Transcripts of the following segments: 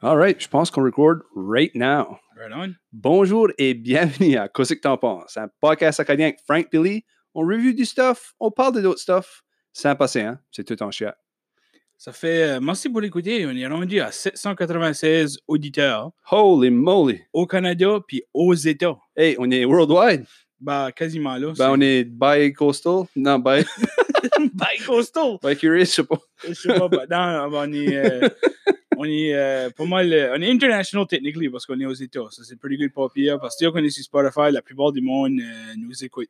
All right, je pense qu'on record right now. Right on. Bonjour et bienvenue à Qu'est-ce que t'en penses? Un podcast acadien avec Frank Billy. On review du stuff, on parle de d'autres stuff. Sans passer, hein? C'est tout en chat. Ça fait. euh, merci pour l'écouter. On est rendu à 796 auditeurs Holy moly! au Canada puis aux États. Hey, on est worldwide. Bah, quasiment là. Ben, on est bi-coastal. Non, bi- Bye, coastal! bi-curious, je sais pas. Bah, Je sais pas, bah, non, on est. euh, on est euh, pas mal. euh, on est international, technically, parce qu'on est aux États. Ça, c'est pretty good pour pire. Parce que qu'on est sur Spotify, la plupart du monde euh, nous écoute.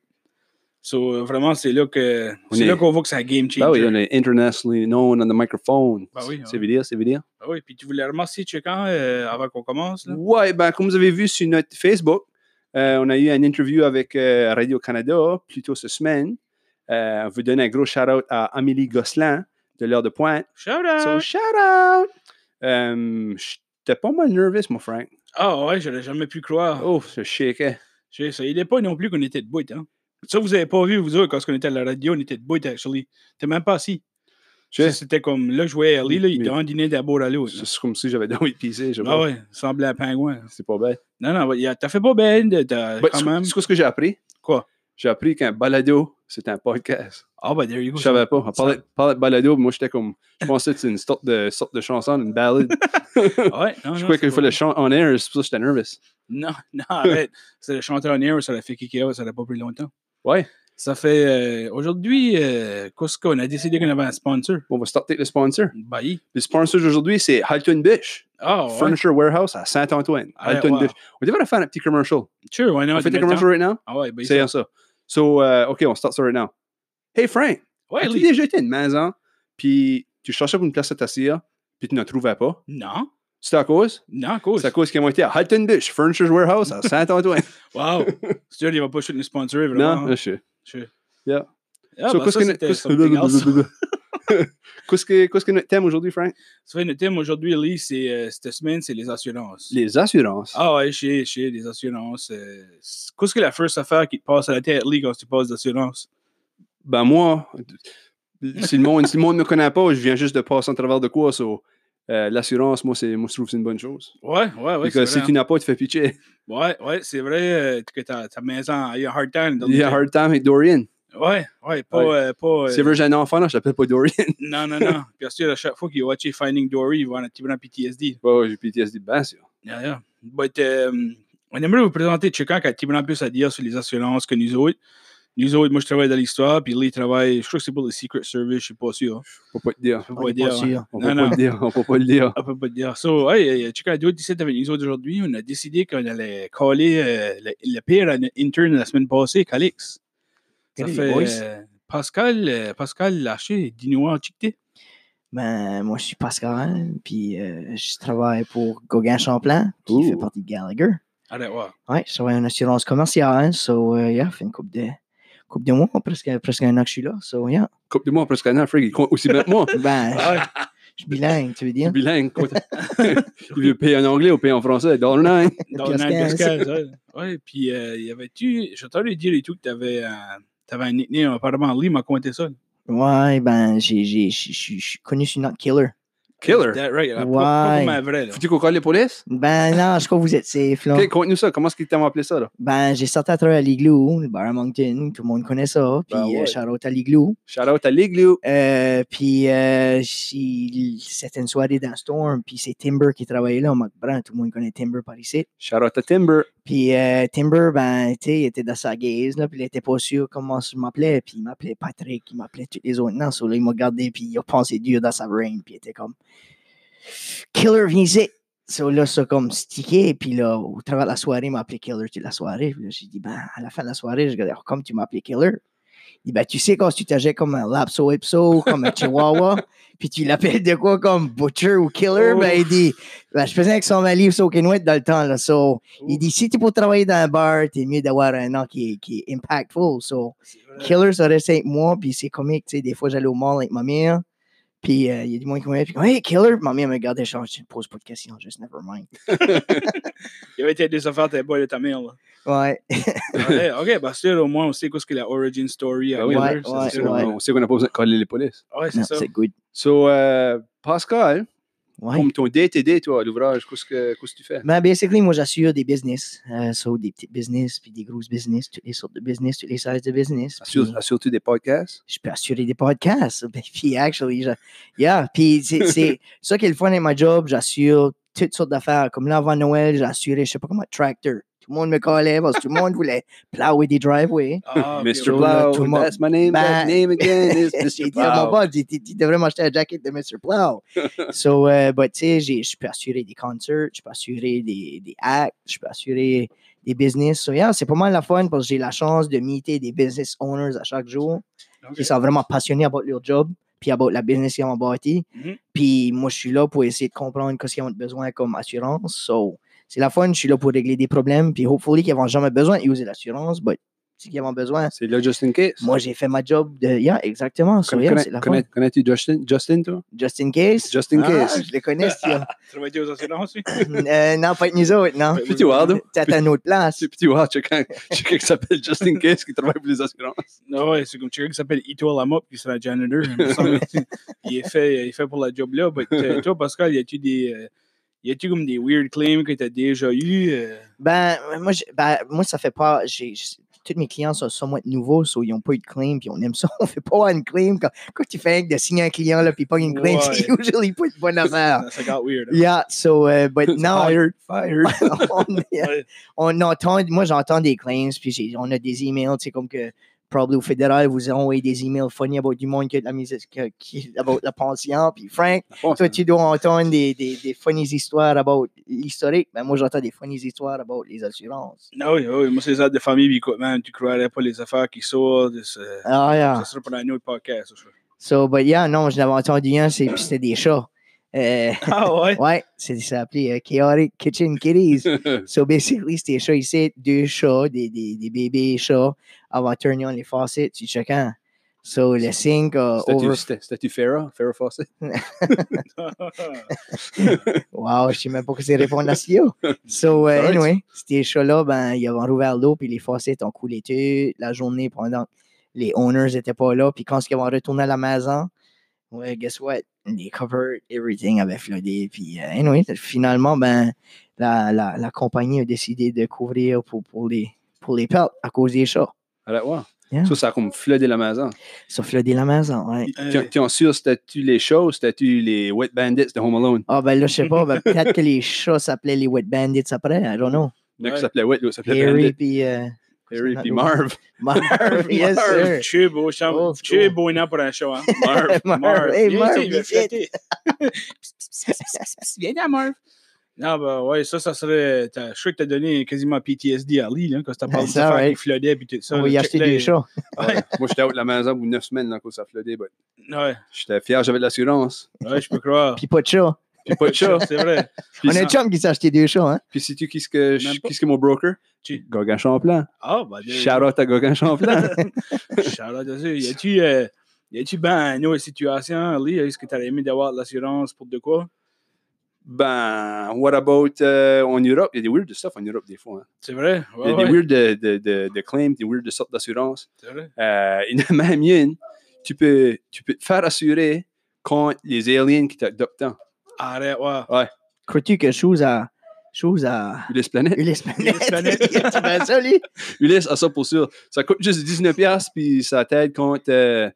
So, euh, vraiment, c'est là que On c'est est- là qu'on voit que c'est un game changer. Ben oui, on est internationally known on the microphone. Ben oui, C'est ouais. vidéo, c'est vidéo. Ah oui, puis tu voulais remercier Chekan euh, avant qu'on commence. Là. Ouais, ben, comme vous avez vu sur notre Facebook, euh, on a eu une interview avec euh, Radio-Canada plus tôt cette semaine. Euh, on vous donne un gros shout-out à Amélie Gosselin de l'heure de pointe. Shout out! So, shout-out! Euh, J'étais pas mal nerveux, mon Frank. Ah ouais, j'aurais jamais pu croire. Oh, je shakais. Je sais, il n'est pas non plus qu'on était de bout, hein. Ça, vous avez pas vu, vous autres, quand on était à la radio, on était de bout, actually. T'es même pas assis. Je- Ça, C'était comme, là, je voyais Ali, là, il Mais- était en dîner d'abord à l'autre. là. C'est comme si j'avais dormi de pisser, je sais Ah pas. ouais, il semblait un pingouin. C'est pas bête. Non, non, il y a- t'as fait pas ben, de- t'as Ben, quand c'est- même... C'est quoi ce que j'ai appris? Quoi? J'ai appris qu'un balado, c'est un podcast. Ah bah, there you go. Je savais pas. On parlait, parlait de balado, mais moi j'étais comme. Je pensais que c'était une sorte de, sorte de chanson, une ballade. Ah ouais, non, Je non, croyais c'est qu'il pas- fallait chanter en air, c'est pour ça que j'étais nerveux. Non, non, arrête. C'est le chanteur en air, ça l'a fait kicker, out, ça l'a pas pris longtemps. Ouais, Ça fait... euh, Aujourd'hui, euh, qu'est-ce qu'on a décidé qu'on avait un sponsor? on va starter avec le sponsor. Bah, il- Le sponsor d'aujourd'hui, c'est Halton Bish, Ah ouais, Furniture Warehouse à Saint-Antoine. Arrête, Halton wow. Bish. On devrait faire un petit commercial. sure, why not? on fait un mettons. commercial right now? Ah ouais, ben, C'est ça. So, euh, OK, on start ça right now. Hey, Frank, ouais, as-tu Lee. déjà été à une maison, puis tu cherchais pour une place à t'asseoir, puis tu ne trouvais pas? Non, C'est à cause? non, cool. C'est à cause qu'ils ont été à Halton Bish, Furniture Warehouse à Saint-Antoine. Wow! Stuart, il va pas shooter nous sponsorer, vraiment. hein. non, je sais. Je... Yeah. Ah, So, bah, qu'est-ce ça, que- c'était qu'est-ce something else. que- Qu'est-ce que qu'est-ce que notre thème aujourd'hui, Frank? Ça fait notre thème aujourd'hui, Lee, c'est, euh, cette semaine, c'est les assurances. Les assurances. Ah ouais, chez, chez les assurances. euh, c'est- Qu'est-ce que la first affaire qui te passe à la tête, Lee, quand tu passes d'assurance? Ben moi, si le monde, si le monde ne me connaît pas, je viens juste de passer en travers de quoi, so, euh, l'assurance, moi, c'est, moi, je trouve que c'est une bonne chose. Ouais, ouais, ouais. Parce c'est que vrai, si tu n'as pas, tu fais pitcher. hein. Ouais, ouais, c'est vrai euh, que ta, ta maison, il y a hard time. dans Il y a le- hard time avec Dorian. Ouais, ouais, pas. Ouais. euh, pas euh, C'est vrai, j'ai un enfant, là, je l'appelle pas Dorian. Non, non, non. Puis, Stuart, à chaque fois qu'il va watcher Finding Dory, il va avoir un petit peu de PTSD. Ouais, ouais, j'ai PTSD, ben sûr. Yeah, yeah. But, euh, on aimerait vous présenter Chekan qui a tellement plus à dire sur les assurances que nous autres. Nous autres, moi, je travaille dans l'histoire, puis lui, il travaille, je crois que c'est pour le Secret Service, je suis pas sûr. Faut pas te dire. Je peux On pas est pas dire. hein. sûr. On Non, peut non. pas le dire, on peut pas le dire. On peut pas dire. So, hey, euh, Chekan, d'autres ici avec nous autres aujourd'hui, on a décidé qu'on allait caller euh, le, le pire à notre intern la semaine passée, Calix. Ça Salut, fait les boys. euh, Pascal, euh, Pascal Lâché, dis-nous en chiqueté. Ben, moi, je suis Pascal, puis euh, je travaille pour Gauguin Champlain, qui fait Ouh. partie de Gallagher. Arrête, ouais. Ouais, je travaille en assurance commerciale, so, euh, yeah, fait une coupe de, coupe de mois, presque, presque un an que je suis là, so, yeah. Coupe de moi, presque un an, Frank, il compte aussi bien que moi. Ben, Ah Ouais. je suis bilingue, tu veux dire? Bilingue. quoi. il veut payer en anglais ou payer en français. Dans le nine. Dans Piasquin, Nan hein, Piasquin, ouais. Ouais, puis euh, y avait-tu. J'entendais dire et tout que t'avais un, t'avais un nickname, apparemment, Lee m'a compté ça. Ouais, ben, j'ai, j'ai, je suis- je suis connu sur Not Killer. Killer. That right, là, pas- Pas Ouais. comme un vrai, là. Faut-tu qu'on colle les polices? Ben, non, je crois que vous êtes safe, là. Ok, conte-nous ça. Comment est-ce qu'ils t'ont appelé ça, là? Ben, j'ai sorti à travailler à l'Igloo, le bar à Moncton, tout le monde connaît ça, puis Ben ouais. euh, shout-out à l'Igloo. Shout out à Liglou. Euh, puis euh, si- c'était une soirée dans Storm, puis c'est Timber qui travaillait là, Marc Brand, tout le monde connaît Timber par ici. Shout out à Timber. Puis euh, Timber, ben, tu sais, il était dans sa gaze, là, puis il était pas sûr comment je m'appelais, puis il m'appelait Patrick, il m'appelait tous les autres noms, so, là, il m'a regardé, puis il a pensé dur dans sa brain, puis il était comme Killer, viens ici! So, là, ça a comme stické, puis là, au travers de la soirée, il m'a appelé Killer toute la soirée, puis là, j'ai dit, ben, à la fin de la soirée, je regardais, oh, comme tu m'as appelé Killer? Il dit, ben, tu sais, quand tu t'agis comme un lapso ipso, comme un chihuahua, puis tu l'appelles de quoi comme butcher ou killer, Oh. ben, il dit, ben, je faisais avec son mali au Kenwet dans le temps, là, so, il dit si tu pour travailler dans un bar, t'es mieux d'avoir un nom qui est, qui est impactful. So, Killer, ça reste avec moi, puis c'est comique. tu sais, Des fois, j'allais au mall avec ma mère, puis euh, il y a du monde qui me dit Hey, Killer, ma mère me regardait, genre, je ne pose pas de questions, juste never mind. Il y avait été des affaires, t'es boy de ta mère, là. Ouais, Ouais, ok, bah, c'est au moins, on sait qu'est-ce que la origin story à Ben oui, Miller, ouais, ça, ouais, c'est On sait qu'on n'a pas besoin de coller les polices. Ouais, c'est non, ça. c'est good. So, euh, Pascal, Ouais. Comme ton day-to-day, toi, à l'ouvrage, qu'est-ce que, qu'est-ce que tu fais? Ben, basically, moi, j'assure des business. Euh, so, des petites business, puis des grosses business, toutes les sortes de business, toutes les sizes de business. puis Assure- Assures-tu des podcasts? je peux assurer des podcasts. Ben, puis, actually, je- yeah. Puis, c'est- c'est ça qui est le fun dans ma job. J'assure toutes sortes d'affaires. Comme là, avant Noël, j'assurais, je sais pas comment, tracteur. Tout le monde me collait parce que tout le monde voulait plower des driveways. Ah, ok, Mr. ouais. là, Plow, tout le monde- that's my name, that Ben- name again is J'ai Mr. dit à mon Plow. boss, j'ai dit, tu devrais m'acheter un jacket de Mr. Plow. so, euh, but, tu sais, j'ai- je peux assurer des concerts, je peux assurer des, des acts, je peux assurer des business. So, yeah, c'est pas mal la fun parce que j'ai la chance de meeter des business owners à chaque jour Ok. qui sont vraiment passionnés about leur job, puis about la business qu'ils ont bâti. Mhm. Puis moi, je suis là pour essayer de comprendre ce qu'ils ont besoin comme assurance. So, c'est la fun, je suis là pour régler des problèmes, puis hopefully qu'ils n'ont jamais besoin d'user l'assurance, but si qu'ils ont besoin, C'est là Justin Case. moi, j'ai fait ma job de... Yeah, exactement. So, Conna- yeah, conna- c'est la fun. conna- Connais-tu Justin, Justin, toi? Just in case. Just in Ah, case. je les connais, si. hein. Travailler aux assurances, oui. euh, non, pas être nous autres, non. Ouais, Puis tu vois, là. T'as ta autre place. C'est petit, wow, tu quand quelqu'un qui s'appelle Justin Case qui travaille pour les assurances. Non, Ah ouais, c'est comme quelqu'un qui s'appelle Ito Lamop, qui sera janitor. il me semble. il, est fait, il est fait pour la job là. Mais euh, toi, Pascal, y a-tu des. euh, y a-tu comme des weird claims que t'as déjà eu? euh? Ben, moi, j'ai- ben, moi, ça fait pas. j'ai- j'ai- Tous mes clients sont somewhat nouveaux, so ils n'ont pas eu de claim, puis on aime ça. On fait pas avoir une claim. Quand, quand tu fais de signer un client, là, puis pas une claim, c'est Ouais. usually pas une bonne affaire. Ça got weird. hein? Yeah, so, euh, but non. Fired, fired. on, Ouais. on entend, moi, j'entends des claims, puis j'ai- on a des emails, c'est comme que, probably au fédéral, vous ont envoyé des emails funny about du monde qui a de la musique, que- qui, about la pension, puis Frank, Bon, toi, ça- tu dois entendre des, des, des funny histoires about l'historique, mais moi, j'entends des funny histoires about les assurances. Non, Ah oui, oui, moi, c'est ça de famille, puis écoute, man, tu croirais pas les affaires qui sortent. Ça, Ah, yeah. ça sera pour un autre podcast. ça. So, but yeah, non, je l'avais entendu un, c'est- puis c'était des chats. Euh, Ah ouais? ouais, c'est ça s'appelait euh, Chaotic Kitchen Kitties. So basically, c'était chat ici, deux chats, des, des, des bébés chats, avant de turn on les faucets, tu chacun. So le sink a C'était-tu- over. C'était c'était-tu Farrah? Farrah Fawcett? Wow, je sais même pas que c'est répondre à ça. So euh, Alright. anyway, ces chats-là, ben, ils avaient rouvert l'eau, puis les faucets ont coulé tout la journée pendant que les owners n'étaient pas là. Puis quand ils vont retourner à la maison, ouais, guess what? Les covers, everything avait flotté. Puis euh, anyway, finalement, ben, la, la, la compagnie a décidé de couvrir pour, pour les, pour les pertes à cause des chats. Ah, là, wow. Yeah. Ça, ça a comme floodé la maison. Ça flottait la maison, ouais. Euh, Tu tu en sûr, c'était-tu les shows? C'était-tu les Wet Bandits de Home Alone? Ah, ben là, je sais pas. ben, peut-être que les chats s'appelaient les Wet Bandits après. I don't know. Il y en a Ouais. qui s'appelaient Wet, l'autre s'appelait Harry Bandit. puis euh, Harry Marv. puis Marv. Marv. yes, Marv, sir. tu es beau, champ- Old tu es school. beau, non, pour un show, hein? Marv, Marv, Marv. hey, viens, Marv, tu sais, il va il fait. fêter. Viens, là, Marv. Non, bah ouais, ça, ça serait. t'as- Je sais que t'as donné quasiment PTSD à Lee, là, quand t'as parlé de Ça, ça, ouais. qui flottait, puis tout ça. On va y Check acheter là, des chats. Moi, j'étais out de la maison pour neuf semaines là, quand ça flottait. but Ouais, J'étais fier, j'avais de l'assurance. ouais, je peux croire. Puis pas de chats. Puis pas de chat. C'est vrai. Puis On a si- un chum qui s'est acheté deux chats, hein? Puis sais-tu qui ce que je- Même pas. qui ce que mon broker? Qui? Gauguin Champlain. Ah, bah, there you go. Shout out à Gauguin Champlain. Charlotte, dessus. Y a-tu euh, y a-tu ben une autre situation, Lee? Est-ce que t'aurais aimé d'avoir de l'assurance pour de quoi? ben, what about euh, en Europe? Il y a des weird stuff en Europe des fois. hein. C'est vrai? Il y Ouais, a ouais, des weird de, de, de, de claims, des weird de sortes d'assurances. c'est vrai. Euh, il y en a même une, tu peux, tu peux te faire assurer contre les aliens qui t'adoptent. Arrête, ouais. Crois-tu que chose à. Chose à. Ulysse Planète. Ulysse Planète. Ulysse Planète. tu fais ça, lui? Ulysse a ça pour sûr. Ça coûte juste 19$, puis ça t'aide contre. euh,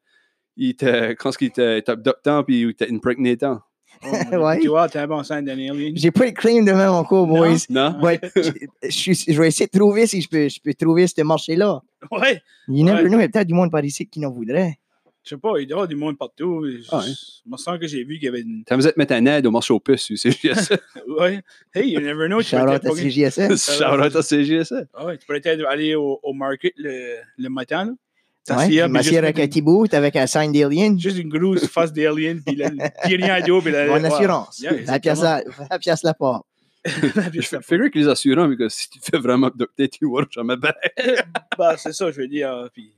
il te, quand il te- t'abductant, puis il t'impregnatant. Oh, mon Dieu. Ouais. Tu vois, t'es un bon signe d'un alien. J'ai pas de claim de même encore, Non. boys. Non? But je- je suis- je vais essayer de trouver si je peux, je peux trouver ce marché-là. Ouais. You never Ouais. know, il y a peut-être du monde par ici qui n'en voudrait. Je sais pas, il doit y avoir du monde partout. Je Ah, ouais. je me sens que j'ai vu qu'il y avait une. T'as besoin de mettre un aide au marché aux puces, c'est juste Ouais. Hey, you never know. Tu Shout out pourrais à peut-être CJSN. Shout-out à CGSA. pas- Ah ouais, tu pourrais peut-être aller au, au market le, le matin. là. Ouais, T'assis, puis ah, puis m'assieds juste avec mettre un petit bout, avec un signe d'alien. une- Juste une grosse face d'alien, puis là, puis rien à dos, puis là. Mon ouais. assurance. Yeah, la, pièce exactement. à, la pièce la part. Je fais- figure que les assurants, parce que si tu te fais vraiment abducter, tu vois jamais bien. bah, c'est ça, je veux dire. euh, Puis,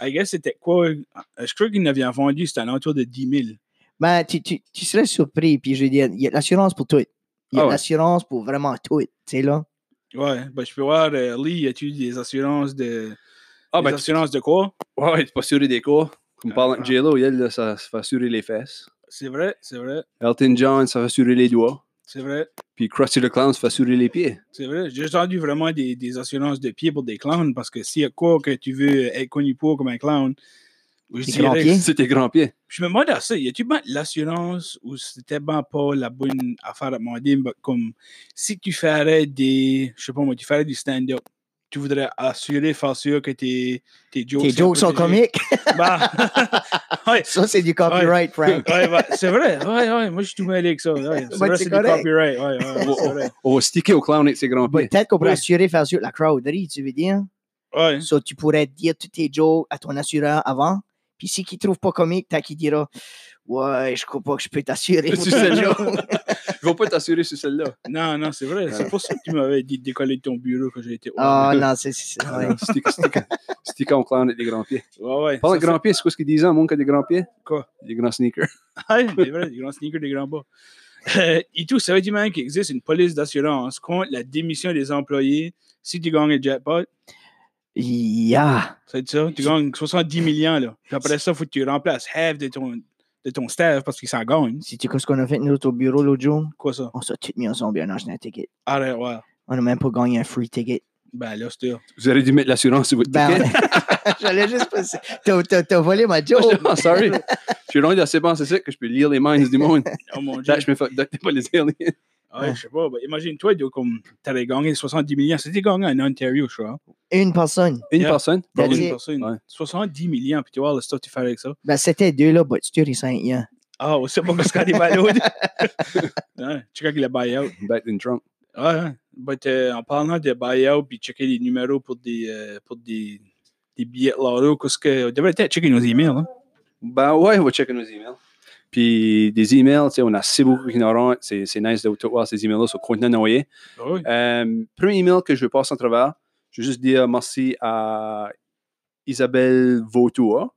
I guess c'était quoi? euh, Je crois qu'il en avait vendu, c'était à l'entour de 10 000. Ben, tu, tu, tu serais surpris. Puis je veux dire, il y a de l'assurance pour tout. Ah Il y a de ouais. l'assurance pour vraiment tout. Tu sais, là. Ouais, ben, je peux voir, euh, Lee, as-tu des assurances de. Ah, des ben, tu assurances de quoi? ouais, tu peux assurer des cours. Comme parlant Ah. de JLo, il y a, là, ça se fait assurer les fesses. C'est vrai, c'est vrai, Elton John, ça fait surer les doigts. c'est vrai, Puis Krusty le Clown, ça fait surer les pieds. c'est vrai. J'ai entendu vraiment des, des assurances de pied pour des clowns parce que s'il y a quoi que tu veux être connu pour comme un clown, je Des dirais grands que pieds. C'est tes grands pieds. Je me demande à ça, y a-tu ben l'assurance ou c'était ben pas la bonne affaire à demander, mais comme si tu ferais des, je sais pas moi, tu ferais du stand-up, tu voudrais assurer, faire sûr que tes, tes jokes Tes jokes sont protégés. comiques. Bah, ouais, Ça, c'est du copyright, Frank. ouais, bah, c'est vrai, ouais, ouais, moi je suis tout mêlé avec ça. ouais, c'est Bah, vrai, c'est c'est du correct. copyright, ouais, ouais, ouais, c'est vrai. On va Oh, sticker au clown avec ses grands pieds. Bah, Peut-être qu'on pourrait Ouais. assurer faire sur la crowderie, tu veux dire. Ouais. So, tu pourrais dire tous tes jokes à ton assureur avant. Puis si ne trouve pas comique, t'as qui dira Ouais, je crois pas que je peux t'assurer. pour Sur ton celle-là. joke. Je vais pas t'assurer sur celle-là. Non, non, c'est vrai, c'est Ouais. pour ça que tu m'avais dit de décoller de ton bureau quand j'ai été. Ah non, c'est. c'est- Ah, ouais. non, Sticker, sticker. Sticker au clown avec des grands pieds. ouais, ouais. Parle ça de grands pieds, c'est quoi ce qu'ils disent, hein, mon cas des grands pieds? Quoi? Des grands sneakers. Ouais, c'est vrai, des grands sneakers, des grands bas. Euh, et tout, ça veut dire même qu'il existe une police d'assurance contre la démission des employés si tu gagnes le jackpot. Yeah. Ça veut dire ça? Tu gagnes 70 millions, là. Puis après ça, faut que tu remplaces half de ton, de ton staff parce qu'ils s'en gagnent. Si tu sais ce qu'on a fait nous autres au bureau l'autre jour, Quoi ça? on s'est tous mis ensemble et on a acheté un ticket. Arrête, ouais. On n'a même pas gagné un free ticket. Ben là, c'est Vous auriez dû mettre l'assurance sur votre Ben, ticket. j'allais juste passer. T'as- T'as t'as volé ma joke. Oh, sorry. Je suis loin d'assez bon, c'est ça, que je peux lire les minds du monde. Oh mon dieu. Là, je me fais docter pas les aliens. Ouais, je sais pas. ben, Imagine-toi, donc, comme t'avais gagné 70 millions. C'était gagné en Ontario, je crois. Une personne. Une Yeah. personne. That's Une it. personne. Ouais. 70 millions, puis tu vois le stuff que tu fais avec ça. Ben, c'était deux là, but tu récentes, yeah. Ah, aussi, bon, parce qu'on est malade. ouais, tu crois qu'il a buy-out. Back in Trump. Ouais, ouais. But, euh, en parlant de buyout puis checker les numéros pour des, euh, pour des, des billets de l'auto, qu'est-ce que. On devrait peut-être checker nos emails. Hein? Ben ouais, on va checker nos emails. Puis des emails, tu sais, on a si beaucoup qui n'auront. C'est c'est nice de te voir ces emails-là sur Contenant Noyer. Oui. Euh, premier email que je vais passer en travers, je veux juste dire merci à Isabelle Vautour.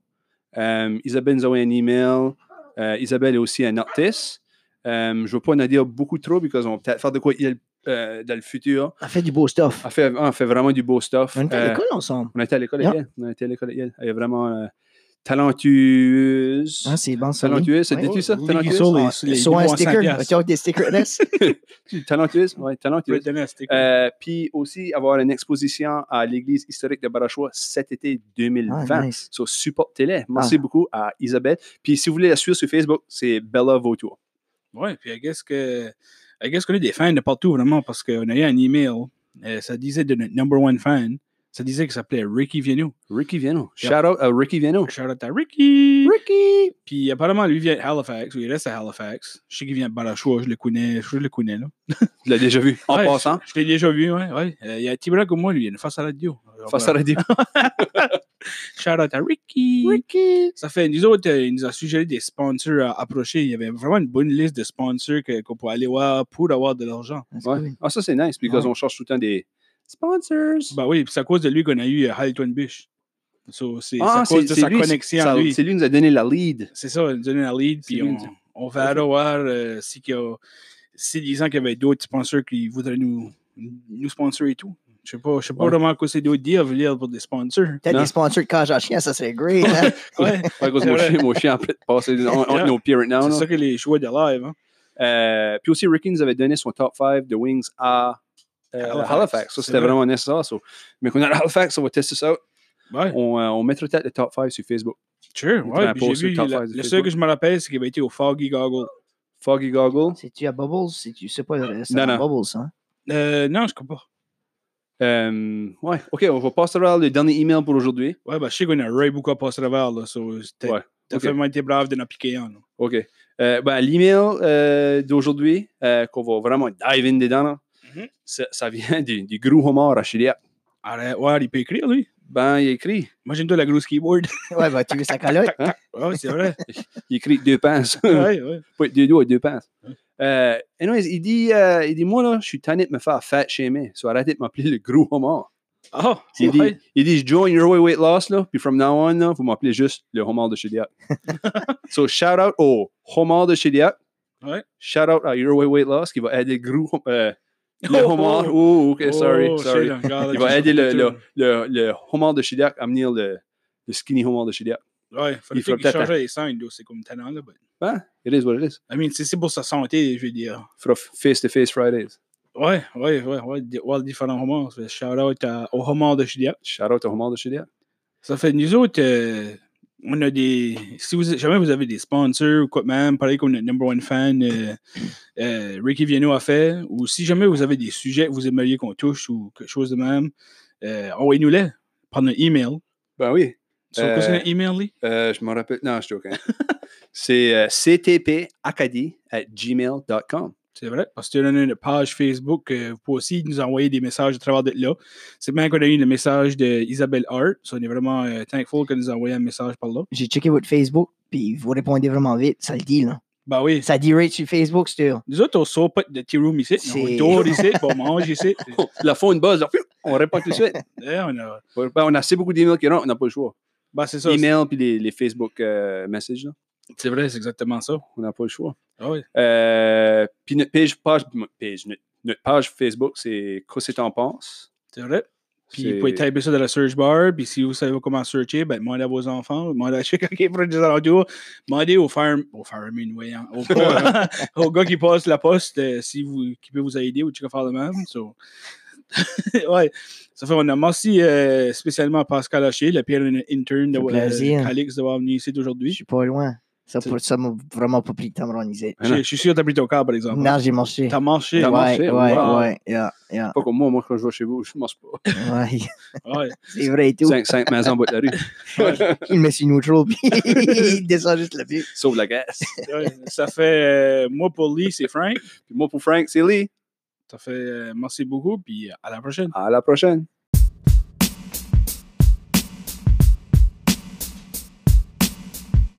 Euh, Isabelle nous a envoyé un email. Euh, Isabelle est aussi un artiste. Euh, je ne veux pas en dire beaucoup trop, parce qu'on va peut-être faire de quoi il- euh, dans le futur. On fait du beau stuff. On fait, on fait vraiment du beau stuff. On était Euh, à l'école ensemble. On a été à l'école Yeah. avec elle. On a été à l'école avec elle. Elle est vraiment euh, talentueuse. Ah, c'est bon, ça. oui. talentueuse, ça Ouais. dit-tu ça? Oui, Talentueuse? sur Ah, les- sur les Soit un nouveaux en cinq sticker. piastres. Tu as des stickers, Ness? Talentueuse, oui, Tu veux talentueuse. te donner un sticker. Euh, Puis aussi avoir une exposition à l'église historique de Barachois cet été 2020. Ah, nice. Ah. So, supportez-les. Merci beaucoup à Isabelle. Puis si vous voulez la suivre sur Facebook, c'est Bella Vautour. Ouais, puis I guess que. I guess qu'on est des fans de partout, vraiment, parce qu'on a eu un email. euh, ça disait de notre number one fan. Ça disait qu'il s'appelait Ricky Viennou. Ricky Viano. Yeah. Shout out à Ricky Viano. Shout out à Ricky! Ricky! Puis apparemment, lui vient de Halifax, ou il reste à Halifax. Je sais qu'il vient de Balachois, je le connais, je le connais, là. Tu l'as déjà vu. En Ouais, passant, Je l'ai déjà vu, ouais, ouais. Euh, il y a un petit bras comme moi, lui, il est face à la radio. euh, face à la radio. Shout out à Ricky. Ricky! Ça fait, nous autres, euh, il nous a suggéré des sponsors à approcher. Il y avait vraiment une bonne liste de sponsors que- qu'on peut aller voir pour avoir de l'argent. Ah, c'est Ouais. cool. Ah, Ben, ça, c'est nice, parce Ouais. qu'on cherche tout le temps des sponsors. Bah oui, puis c'est à cause de lui qu'on a eu euh, Halton Bish. So, c'est c'est Ah, à cause de c'est sa lui, connexion ça- à lui. C'est lui qui nous a donné la lead. C'est ça, il nous a donné un lead, C'est puis lui, on, il dit. on verra voir euh, si qu'il y a- si disant qu'il y avait d'autres sponsors qui voudraient nous, nous sponsorer et tout. Je sais pas, je sais pas Ouais. vraiment quoi c'est d'autres deals, dire pour des sponsors. T'as Non. des sponsors de cage à chien, ça serait great. hein? Ouais, Ouais, cause mon Ouais. chien, mon chien, après, passe entre Yeah. nos pieds right now. c'est là. ça que les joueurs de live, hein. Euh, puis aussi, Ricky nous avait donné son top 5 de Wings à euh, Halifax. Halifax. Ça, C'est c'était vrai. vraiment nécessaire. so. Mais qu'on est à Halifax, on va tester ça. out. Ouais, On, euh, on mettra peut-être le top 5 sur Facebook. sure, on ouais. pourrait puis poster j'ai vu, le top la- five le de seul Facebook. que je me rappelle, c'est qu'il avait été au Foggy Goggle. Foggy Goggle. C'est-tu à Bubbles? C'est-tu, c'est pas le c'est Non, à non. Bubbles, hein? Euh, non, je comprends pas. Euh, ouais, OK, on va passer à le dernier email pour aujourd'hui. Ouais, bah, je sais qu'on a Ray beaucoup à passer à travers, là. So, euh, t'as Ouais, t'as ok. vraiment été brave de n'en piquer un, là. OK. Euh, ben, L'email euh, d'aujourd'hui, euh, qu'on va vraiment dive in dedans, là, Mhm. ça, ça vient du, du gros homard à Chiliac. Arrête, ouais, il peut écrire, lui. Ben, il écrit. Imagine-toi la grosse keyboard. Ouais, bah, tu veux sa calotte? ouais, c'est vrai. Il écrit deux pinces. ouais, ouais. Pas deux doigts et deux pinces. Ouais. Euh, anyways, il dit, euh, il dit Moi, là, je suis tanné de me faire fat shamer. So arrêtez de m'appeler le gros homard. Ah, Il, ouais. dit, il dit Join your way weight loss, là. Puis from now on, là, vous m'appelez juste le homard de Chediac. so shout out au homard de Chediac. Ouais. Shout out à your way weight loss qui va aider le gros. euh, le Oh, homard. Oh, oh. ok, sorry. Oh, sorry. shit, regarde, Il va tu aider le, sais pas le, le, le homard de Chediac à amener le, le skinny homard de Chediac. Ouais, Il faudrait ferait qu'il peut-être changerait les scènes, c'est comme talent, là. But... Ben, it is what it is. I mean, c'est c'est pour sa santé, je veux dire. Fera face-to-face Fridays. Ouais, ouais, ouais, ouais, di- ouais, différents romans. Shout out à, au roman de Juliette. Shout out au Roman de Chidiac. Ça fait, nous autres, euh, on a des. Si vous, jamais vous avez des sponsors ou quoi de même, pareil comme notre number one fan, euh, euh, Ricky Viano a fait, ou si jamais vous avez des sujets que vous aimeriez qu'on touche ou quelque chose de même, euh, envoyez-nous-les par notre email. Ben oui. So, qu'est-ce Euh, qu'on a email, Lee? Euh, je me rappelle. Non, je joke. hein. C'est euh, ctpacadie at gmail.com. C'est vrai, parce que là, on a une page Facebook. euh, vous pouvez aussi nous envoyer des messages à travers d'être là. C'est bien qu'on a eu le message d'Isabelle Hart. so on est vraiment euh, thankful qu'elle nous a envoyé un message par là. J'ai checké votre Facebook, puis vous répondez vraiment vite. Ça le dit, là. Ben oui. Ça dit rate sur Facebook, c'est Nous autres, on sort pas de tea room ici. On C'est- dort ici, puis on mange ici. La faune buzz, là, on répond tout de suite. Eh, on a- Ben, on a assez beaucoup d'emails qui rentrent, on n'a pas le choix. Ben, c'est ça. Email puis les, les Facebook euh, messages, là, C'est vrai, c'est exactement ça. on n'a pas le choix. Ah oui. Euh, puis notre page, page, page- notre, notre page Facebook, c'est Qu'est-ce que t'en penses? C'est vrai. Puis C'est- vous pouvez taper ça dans la search bar. Puis si vous savez pas comment searcher, ben, demandez à vos enfants, demandez à chacun qui est près des alentours, demandez au farm, au fireman, voyons, au, au gars qui passe la poste, euh, si vous, qui peut vous aider ou tu peux faire de même. so. ouais. Ça fait, on a merci euh, spécialement à Pascal Haché, le pire intern de Ça fait plaisir. euh, Calix d'avoir venu ici Je aujourd'hui. suis pas loin. Ça, C'est- pour, ça m'a vraiment pas pris le temps de reniser. Ah non. Je je suis sûr que t'as pris ton car, par exemple. Non, j'ai marché. T'as marché. T'as ouais, marché, ouais, wow. ouais, yeah, yeah, Pas comme moi, moi, quand je vais chez vous, je ne mange pas. ouais. Ouais. C'est vrai et tout. Cinq, cinq maisons en bas de la rue. Il met sur neutral, puis il descend juste la vue. Sauve la gas. Ouais. Ça fait, euh, moi pour Lee, c'est Frank. Puis moi, pour Frank, c'est Lee. Ça fait, euh, merci beaucoup, puis à la prochaine. À la prochaine.